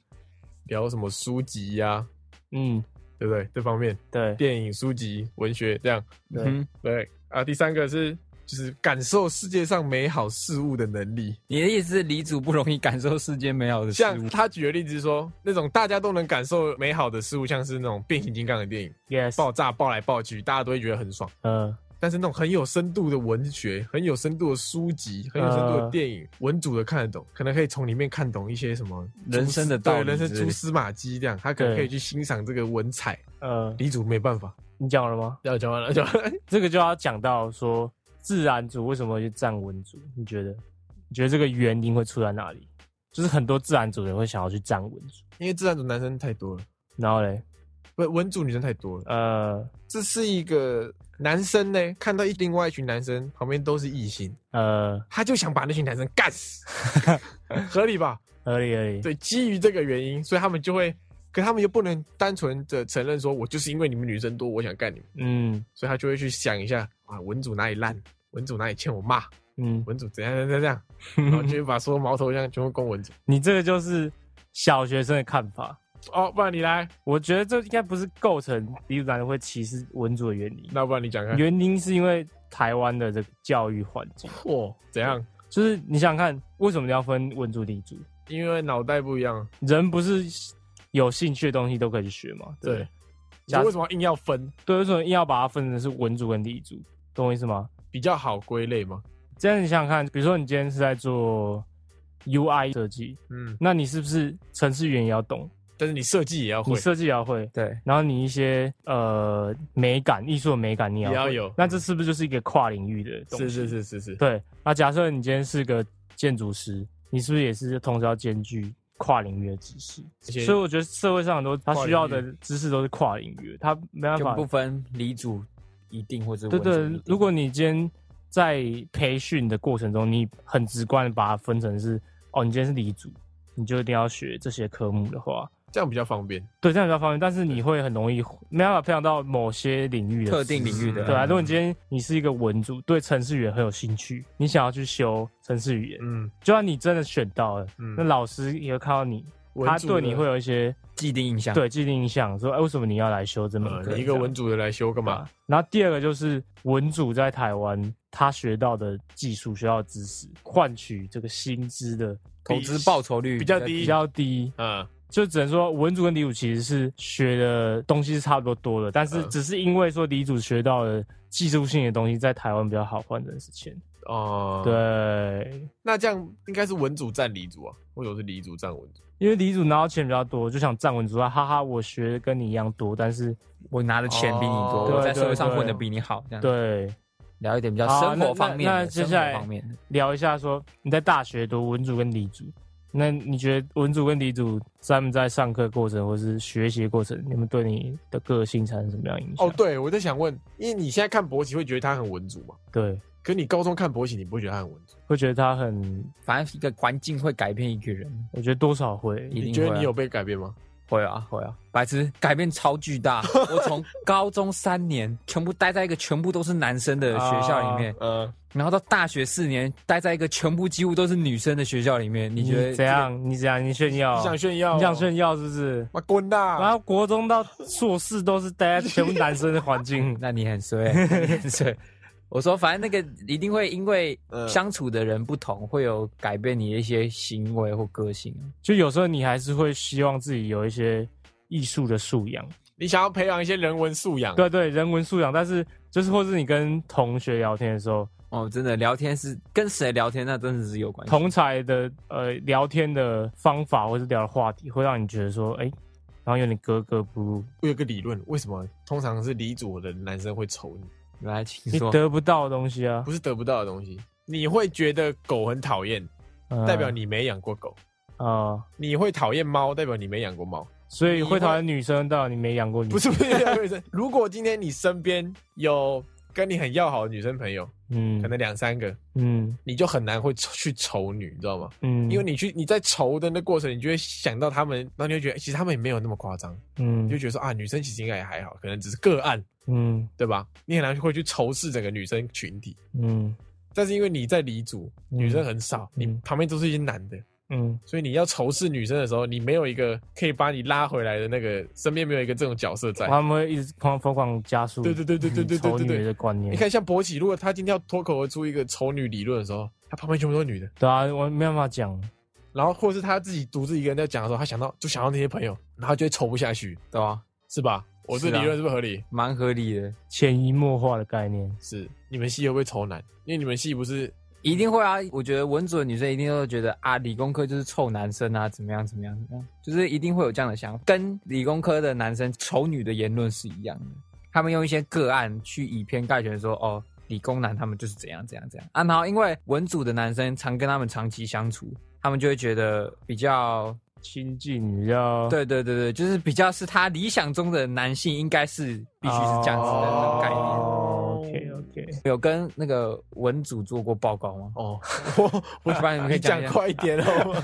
A: 聊什么书籍呀、
B: 嗯，
A: 对不对？这方面
B: 对，
A: 电影、书籍、文学这样。
B: 对
C: 嗯，
A: 对啊，第三个是就是感受世界上美好事物的能力。
C: 你的意思是李主不容易感受世间美好的事
A: 像
C: 物？
A: 他举的例子是说，那种大家都能感受美好的事物，像是那种变形金刚的电影，
B: Yes，
A: 爆炸爆来爆去，大家都会觉得很爽。
B: 呃，
A: 但是那种很有深度的文学、很有深度的书籍、很有深
C: 嗯
A: 度的电影，文主的看得懂，可能可以从里面看懂一些什么
C: 人
A: 蛛丝
C: 生的道理
A: 对人生
C: 之类的
A: 蛛丝马迹这样，他可能
B: 对
A: 可以去欣赏这个文采。
B: 呃，
A: 李主没办法，
B: 你讲了吗？
A: 要讲完了，讲完 了。
B: 这个就要讲到说，自然组为什么会去占文组？你觉得？你觉得这个原因会出在哪里？就是很多自然组的人会想要去占文组，
A: 因为自然组男生太多了，
B: 然后嘞，
A: 不文主女生太多了。
B: 呃
A: 这是一个男生呢，看到一另外一群男生旁边都是异性，
B: 呃，
A: 他就想把那群男生干死，合理吧？
B: 合理合理，
A: 对，基于这个原因，所以他们就会可他们又不能单纯的承认说，我就是因为你们女生多，我想干你们，
B: 嗯
A: 所以他就会去想一下啊，文组哪里烂，文组哪里欠我骂，
B: 嗯，
A: 文组怎样怎样怎样，然后就会把所有矛头向全部攻文组。
B: 你这个就是小学生的看法。
A: 哦，不然你来，
B: 我觉得这应该不是构成李主男会歧视文组的原因，
A: 那不然你讲看。
B: 原因是因为台湾的这个教育环境，
A: 哦，怎样？
B: 就是你想想看，为什么要分文组、理组？
A: 因为脑袋不一样。
B: 人不是有兴趣的东西都可以去学嘛？对不对
A: 对，你为什么硬要分？
B: 对，为什么硬要把它分成是文组跟理组？懂我意思吗？
A: 比较好归类嘛。
B: 这样你想想看，比如说你今天是在做 UI 设计，
A: 嗯，
B: 那你是不是程式语言也要懂？
A: 但是你设计也要
B: 你
A: 会。
B: 设计也要会，
C: 对，
B: 然后你一些呃美感、艺术的美感你也
A: 也要
B: 会
A: 有
B: 那这是不是就是一个跨领域的东西？
A: 是是是是是，
B: 对，那假设你今天是个建筑师，你是不是也是同时要兼具跨领域的知识？
A: 这些
B: 所以我觉得社会上很多他需要的知识都是跨领域，他没办
C: 就
B: 法
C: 不。分理组一定或者
B: 对
C: 文组
B: 对
C: 一定，
B: 如果你今天在培训的过程中，你很直观的把它分成是哦，你今天是理组，你就一定要学这些科目的话，
A: 这样比较方便。
B: 对，这样比较方便。但是你会很容易没办法培养到某些领域的
C: 特
B: 知识
C: 定领域的，
B: 对啊，
A: 嗯
B: 如果你今天你是一个文组，对程式语言很有兴趣，你想要去修程式语言，
A: 嗯，
B: 就算你真的选到了，
A: 嗯
B: 那老师也会看到你，
A: 文
B: 他
A: 组的
B: 对你会有一些
C: 既定印象，
B: 对既定印象，说哎、为什么你要来修嗯这门
A: 呃
B: 课？
A: 你一个文组的来修干嘛
B: 嘛？。然后第二个就是文组在台湾他学到的技术、学到的知识，换取这个薪资的
C: 投资报酬率
A: 比较低
B: 比较低，
A: 嗯，
B: 就只能说文组跟理组其实是学的东西是差不多多的，但是
A: 嗯
B: 只是因为说理组学到的技术性的东西在台湾比较好换成是钱，
A: 哦，，
B: 对。
A: 那这样应该是文组占理组啊？为什么是理组占文组？
B: 因为李主拿到钱比较多，就想站稳主啊，哈哈，我学的跟你一样多，但是
C: 我拿的钱比你多，
A: 哦
C: 我在
B: 对对
C: 社会上
B: 对
C: 混的比你好，这样
B: 对，
C: 聊一点比较
B: 好
C: 生
B: 啊那
C: 活方面
B: 那那
C: 的，
B: 接
C: 生活
B: 下来
C: 方面的，
B: 聊一下说你在大学读文组跟理组，那你觉得文组跟理组他们在上课过程或是学习的过程，你们对你的个性产生什么样的影响？
A: 哦，对，我在想问，因为你现在看博奇会觉得他很文组嘛？
B: 对，
A: 可你高中看博奇，你不会觉得他很文组？
B: 会觉得他很，
C: 反正一个环境会改变一个人，
B: 我觉得多少会，
C: 一
A: 你
C: 定
A: 觉
C: 会啊
A: 得你有被改变吗？
C: 会啊会啊，白痴改变超 巨大。我从高中三年全部待在一个全部都是男生的学校里面，
B: 啊呃
A: 嗯，
C: 然后到大学四年待在一个全部几乎都是女生的学校里面，你觉得，
B: 嗯怎？样？你怎样？你炫耀？
A: 你想炫耀？
B: 啊你想？炫耀是不是？
A: 妈滚
B: 然
A: 呐！
B: 后国中到硕士都是待在全部男生的环境
C: 那你很衰，你很衰。我说，反正那个一定会因为
A: 嗯
C: 相处的人不同，会有改变你的一些行为或个性啊。
B: 就有时候你还是会希望自己有一些艺术的素养，
A: 你想要培养一些人文素养？，
B: 对对，人文素养。但是就是或是你跟同学聊天的时候，
C: 哦，真的聊天是跟谁聊天，那真的是有
A: 嗯
C: 关系。
B: 同才的呃聊天的方法或是聊的话题，会让你觉得说，哎、然后有点格格不入，
A: 我有个理论，为什么通常是理组的男生会丑你？
C: 来，请
B: 你
C: 说。
B: 得不到的东西啊
A: 不，是得不到的东西，你会觉得狗很讨厌，
B: 嗯
A: 代表你没养过狗；
B: 啊、
A: 你会讨厌猫，代表你没养过猫。
B: 所以
A: 你
B: 会
A: 会
B: 讨厌女生，代表你没养过女
A: 不
B: 生。
A: 是不是 这样回事如果今天你身边有跟你很要好的女生朋友，
B: 嗯，
A: 可能两三个，
B: 嗯
A: 你就很难会去仇女，你知道吗？
B: 嗯，
A: 因为你去你在仇的那过程，你就会想到他们，然后你就觉得哎其实他们也没有那么夸张，
B: 嗯
A: 你就觉得说啊，女生其实应该也还好，可能只是个案，
B: 嗯
A: 对吧？你很难会去仇视整个女生群体。
B: 嗯
A: 但是因为你在黎族，
B: 嗯
A: 女生很少，你
B: 嗯
A: 旁边都是一些男的，
B: 嗯
A: 所以你要仇视女生的时候，你没有一个可以把你拉回来的那个，身边没有一个这种角色在。
B: 他们会一直狂疯狂加速，
A: 对对对对对对对
B: 丑
A: 对
B: 女
A: 对。
B: 的观念。
A: 你看，像博奇，如果他今天要脱口而出一个丑女理论的时候，他旁边全部都是女的，
B: 对啊，我没办法讲。
A: 然后或者是他自己独自一个人在讲的时候，他想到就想到那些朋友，然后就会仇不下去，
C: 对啊，
A: 是吧？我这
C: 是啊
A: 理论是不是合理？
C: 蛮合理的，
B: 潜移默化的概念。
A: 是。你们系会不会仇男？因为你们系不是
C: 一定会啊。我觉得文组的女生一定都会觉得啊，理工科就是臭男生啊，怎么样怎么样怎么样，就是一定会有这样的想法，跟理工科的男生丑女的言论是一样的。他们用一些个案去以偏概全说哦。理工男他们就是怎样怎样怎样啊，然后因为文组的男生常跟他们长期相处，他们就会觉得比较
B: 亲近比较，
C: 对对对对，就是比较是他理想中的男性应该是必须是这样子的那种概念。
B: 哦 OK，OK OK，
C: 有跟那个文组做过报告吗？
A: 哦， 我
C: 我不然你可以
A: 你讲
C: 一下
A: 快一点哦。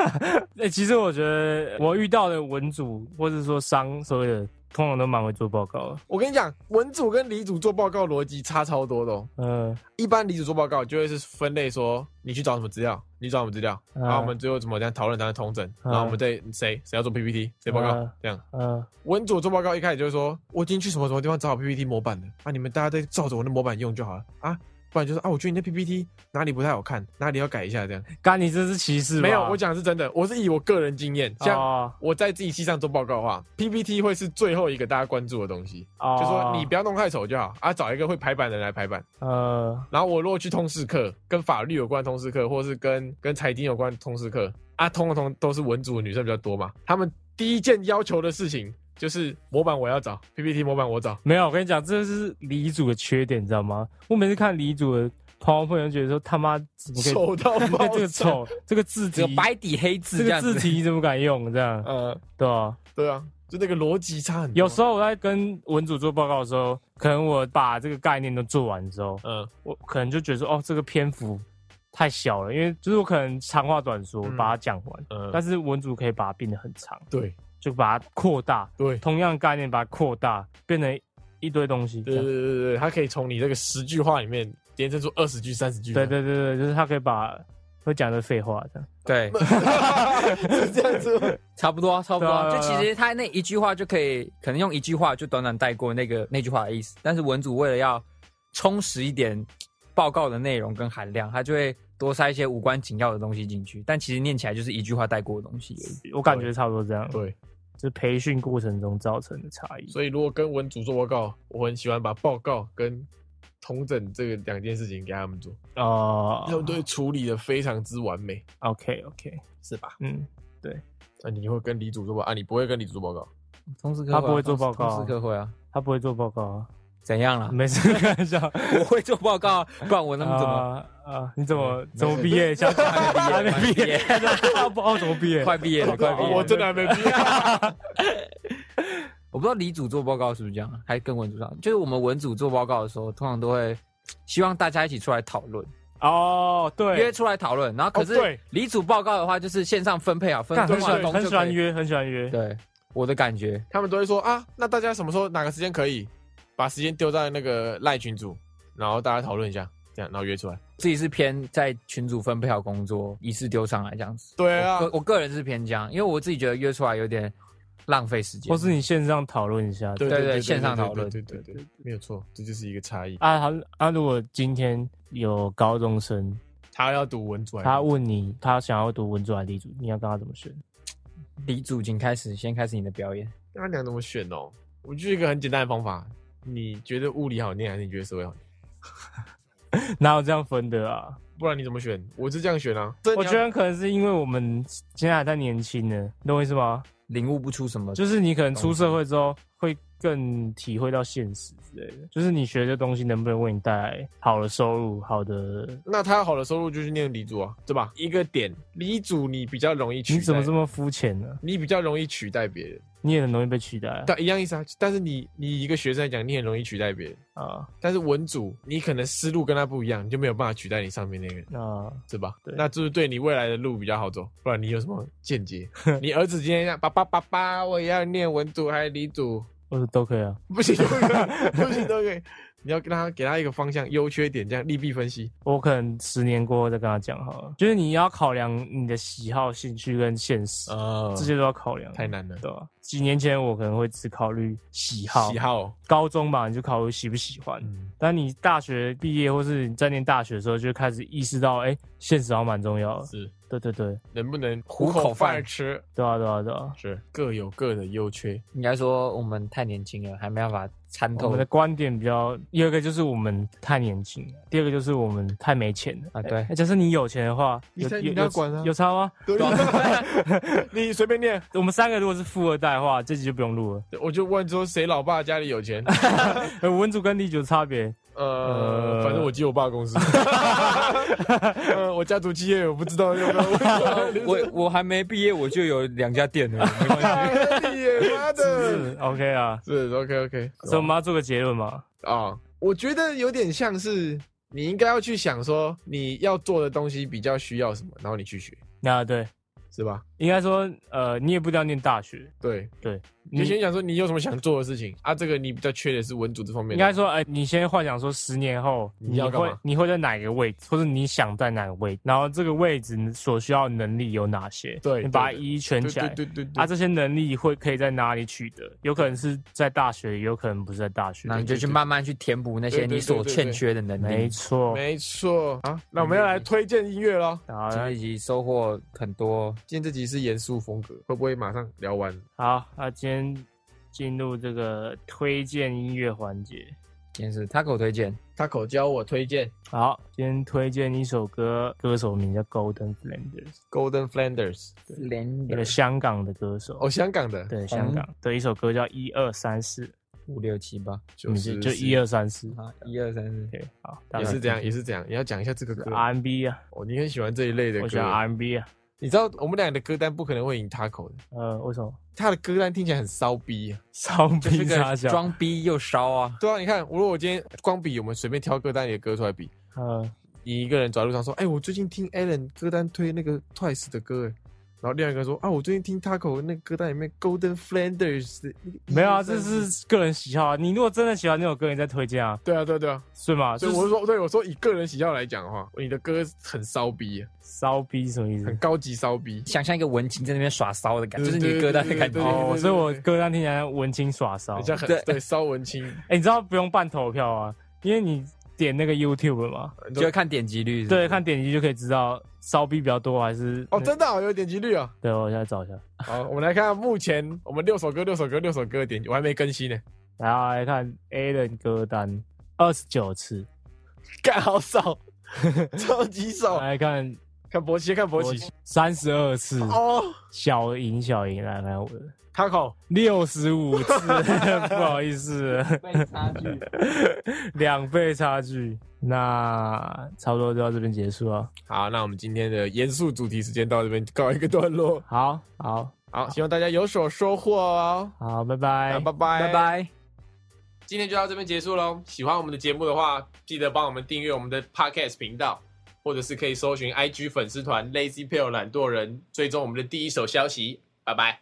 B: 哎、其实我觉得我遇到的文组或者说商所有的，通常都蛮会做报告的。
A: 我跟你讲，文组跟理组做报告逻辑差超多的、哦。
B: 嗯、
A: 一般理组做报告就会是分类说，你去找什么资料，你去找什么资料，
B: 嗯
A: 然后我们最后怎么这样讨论，然后通整，
B: 嗯
A: 然后我们再谁谁要做 PPT，谁报告
B: 嗯
A: 这样。
B: 嗯、
A: 文组做报告一开始就是说，我已经去什么什么地方找好 PPT 模板了啊，你们大家都照着我的模板用就好了啊。不然就是啊，我觉得你的 PPT 哪里不太好看，哪里要改一下这样。
B: 干你这是歧视吧
A: 没有，我讲的是真的，我是以我个人经验，像
B: 哦
A: 我在自己系上做报告的话，PPT 会是最后一个大家关注的东西，
B: 哦
A: 就说你不要弄太丑就好啊，找一个会排版的人来排版。
B: 呃
A: 然后我如果去通识课，跟法律有关的通识课，或是跟跟财经有关的通识课，啊，通通都是文组的女生比较多嘛，她们第一件要求的事情就是模板我要找 PPT 模板我找，
B: 没有，我跟你讲，这是李组的缺点，你知道吗？我每次看李组的 PowerPoint 就觉得说他妈怎么可以
A: 丑到爆
B: 对这个，丑，这个字
C: 只有
B: 体，
C: 白底黑字
B: 这
C: 这样
B: 个
C: 子
B: 字。 体你怎么敢用？这样
A: 呃，
B: 对吧？
A: 对啊，就那个逻辑差很多。
B: 有时候我在跟文组做报告的时候，可能我把这个概念都做完之后，
A: 嗯
B: 我可能就觉得说，哦，这个篇幅太小了，因为就是我可能长话短说
A: 嗯
B: 把它讲完，
A: 嗯，
B: 但是文组可以把它变得很长，
A: 对
B: 就把它扩大，
A: 对
B: 同样概念把它扩大，变成一堆东西。
A: 对对对对对，它可以从你这个十句话里面延伸出二十句、三十句。
B: 对对对对，就是他可以把会讲的废话这样。
C: 对，
A: 是这样子吗。
C: 差不多啊，差不多啊。
B: 对
C: 就
B: 啊
C: 其实他那一句话就可以，可能用一句话就短短带过那个那句话的意思。但是文组为了要充实一点报告的内容跟含量，他就会多塞一些无关紧要的东西进去。但其实念起来就是一句话带过的东西而已。
B: 我感觉差不多这样，
A: 对，
B: 就是培训过程中造成的差异。
A: 所以如果跟文组做报告，我很喜欢把报告跟同整这个两件事情给他们做，
B: 哦
A: 他们都会处理的非常之完美，
B: ，OK OK，
A: 是吧？
B: 嗯，
A: 那、你会跟李组做报啊？你不会跟李组做报告？
C: 通识课
B: 他
C: 会啊
B: 不会做报告啊
C: 通识课会啊？
B: 他不会做报告啊，
C: 怎样啦？
B: 没事，开玩笑。
C: 我会做报告啊，不然我能怎么？哎
B: 啊啊！你怎么怎么毕 业？想还没毕业，还没毕业，啊不哦，怎么毕业？
C: 快 毕业了，快毕业了！
A: 我真的还没毕业。
C: 我不知道李组做报告是不是这样，啊还跟文组上，就是我们文组做报告的时候，通常都会希望大家一起出来讨论。
B: 哦，
C: 约
B: 对，
C: 出来讨论，然后可
A: 哦
C: 是
A: 对
C: 离组报告的话，就是线上分配好，分
B: 干
C: 分
B: 很
A: 对
B: 喜欢
C: 完工
B: 很
C: 就
B: 喜
C: 可
B: 欢
C: 以。
B: 约，很喜欢约。
C: 对，我的感觉，
A: 他们都会说啊，那大家什么时候哪个时间可以把时间丢在那个赖群组，然后大家讨论一下，这样然后约出来。
C: 自己是偏在群组分配好工作，一次丢上来这样子。
A: 对啊
C: 我，个我个人是偏这样，因为我自己觉得约出来有点浪费时间。
B: 或是你线上讨论一下。
A: 对
C: 对对
A: 对，
C: 线上讨论
A: 对对对对，没有错，这就是一个差异。
B: 啊，好啊，如果今天有高中生，
A: 他要读文组，
B: 他问你他想要读文组还是理组，你要跟他怎么选？
C: 离组请开始，先开始你的表演。
A: 那你俩怎么选哦？我就一个很简单的方法，你觉得物理好念还是你觉得社会好念？
B: 哪有这样分的啊？
A: 不然你怎么选？我是这样选啊。
B: 我觉得可能是因为我们现在还太年轻呢，你懂我意思吗？
C: 领悟不出什么，
B: 就是你可能出社会之后会更体会到现实之类的，就是你学这东西能不能为你带来好的收入、好的
A: 那他好的收入就去念理组啊，对吧？一个点，理组你比较容易取代，
B: 你怎么这么肤浅呢？
A: 你比较容易取代别人，
B: 你也很容易被取代啊
A: 但一样意思啊。但是你你一个学生来讲，你很容易取代别人，
B: 啊！
A: 但是文组你可能思路跟他不一样，你就没有办法取代你上面那个人，
B: 那
A: 是吧？
B: 对
A: 那就是对你未来的路比较好走，不然你有什么见解？你儿子今天要爸爸爸爸，我也要念文组还是理组？
B: 我说都可以啊。
A: 不行都可以，不行都可以。你要跟他给他一个方向，优缺点这样利弊分析。
B: 我可能十年过后再跟他讲好了，就是你要考量你的喜好、兴趣跟现实，
A: 呃
B: 这些都要考量。啊
A: 太难了。
B: 对吧？几年前我可能会只考虑喜好，
A: 喜好，
B: 高中吧，你就考虑喜不喜欢。
A: 嗯，
B: 但你大学毕业或是你在念大学的时候，就开始意识到，哎、现实好像蛮重要的。
A: 是
B: 对对对，
A: 能不能
C: 糊
A: 糊
C: 口
A: 口
C: 饭
A: 饭吃？
B: 对啊对啊对啊。
A: 是各有各的优缺。
C: 应该说我们太年轻了，还没办法参
B: 我
C: 透
B: 们的观点比较，第二个就是我们太年轻了，第二个就是我们太没钱了
C: 啊对
B: 哎假设你有钱的话，
A: 你
B: 有
A: 才
B: 有
A: 你哪
B: 有
A: 管啊
B: 有差吗？
A: 你随便念，
B: 我们三个如果是富二代的话，这集就不用录了。
A: 我就问说谁老爸家里有 钱？
B: 呃文组跟理组的差别，
A: 呃
B: 呃，
A: 反正我记我爸公 司。呃，我家族企业我不知道要不要问。
C: 我我还没毕业，我就有两家店 了，没关系。
A: 哎你妈
B: 是不
A: 的！
B: 是 OK 啊？
A: 是哦 OK OK
B: 所以我们要做个结论嘛？
A: 啊，我觉得有点像是你应该要去想说你要做的东西比较需要什么，然后你去学，
B: 那啊对，
A: 是吧？
B: 应该说，呃，你也不一定要念大学，
A: 对，
B: 对，
A: 你
B: 你
A: 先想说你有什么想做的事情啊？这个你比较缺的是文组这方面
B: 应
A: 的，
B: 该说，哎、你先幻想说十年后
A: 你要干
B: 会
A: 嘛
B: 你会在哪一个位置，或者你想在哪个位置，然后这个位置你所需要的能力有哪些，
A: 对
B: 你把它
A: 对对
B: 一一圈
A: 对
B: 起来。
A: 对对对对
B: 啊，这些能力会可以在哪里取得？有可能是在大学，有可能不是在大学。
C: 那你就去慢慢去填补那些你所欠缺的能
B: 没
C: 力。
B: 错。
A: 没错啊，那我们要
B: 嗯
A: 来推荐音乐喽。
B: 好，
C: 今天
B: 那
C: 这集收获很多，
A: 今天这集是严肃风格，会不会马上聊完？
B: 好，那今天进入这个推荐音乐环节。
C: 今天是 Taco 推荐，
A: 他口教我推荐
B: 好，今天推荐一首歌，歌手名叫 Golden Flanders，
A: Golden Flanders，
C: 连
B: 一个香港的歌手。
A: 哦，香港的，
B: 对，香港的一首歌叫《一二三四》，
C: 五六七八
A: 嗯就
B: 你
A: 是
B: 就一二三四。
C: 啊，一二三四，
B: 对，好，
A: 也是这
B: 样
A: 样，也是这样。你要讲一下这个歌
B: R&B 啊，
A: 哦，你很喜欢这一类的
B: 我喜
A: 歌
B: 欢。R&B 啊。
A: 你知道我们俩的歌单不可能会赢 Taco 的，
B: 呃，为什 么？
A: 他的歌单听起来很骚逼啊。
B: 烧
C: 就是
B: 饼
C: 个
B: 沙小。
C: 装逼又烧啊，
A: 对啊，你看，如果我今天光比我们随便挑歌单里的歌出来比，
B: 呃，
A: 你一个人走在路上说：“哎、我最近听 Alan 歌单推那个 Twice 的歌。”然后另外一个人说：“啊，我最近听 Taco 那个歌单里面 Golden Flanders 的那个
B: 没有啊，
A: 1
B: 这
A: 3
B: 是个人喜好啊。你如果真的喜欢那首歌，你再推荐啊，
A: 对啊，对啊对啊。
B: 是吗？
A: 所
B: 就
A: 以我
B: 是
A: 是说，对我说以个人喜好来讲的话，你的歌很骚逼、啊，
B: 骚逼什么意
A: 很
B: 思？哦
A: 高级骚逼。
C: 想象一个文青在那边耍骚的感觉，
A: 对
C: 就是你的歌单的感
A: 对对对
C: 觉。
B: 哦，
A: 对
B: 所以我歌单听起来文青耍骚
A: 很。像很
C: 对
A: 对骚文青，
B: 哎，你知道不用办投票啊，因为你点那个 YouTube 嘛，
A: 你
C: 就
A: 说
C: 会看点击率，
B: 对，看点击就可以知道骚逼比较多还是
A: 哦，真的、哦、有点击率哦。
B: 对，我现在找一下，
A: 好，我们来看看目前我们六首歌、六首歌、六首歌的点击，我还没更新呢。
B: 然后来看 A 人歌单二十九次，
A: 干好少， 超级少。
B: 来看
A: 看博奇，看博奇。
B: 三十二次，
A: 哦
B: 小赢小赢，来看我的
A: ，Taco，
B: 六十五次， 不好意思，
C: 差距。
B: 两倍差距，那差不多就到这边结束了。
A: 好，那我们今天的严肃主题时间到这边告一个段落。
B: 好，好，
A: 好，希望大家有所收获哦。
B: 好，
A: 那
B: 拜拜，
A: 拜拜，
C: 拜。拜。
A: 今天就到这边结束喽。喜欢我们的节目的话，记得帮我们订阅我们的 Podcast 频道，或者是可以搜寻 IG 粉丝团 Lazy p a l e 懒惰人，追踪我们的第一手消息。拜拜。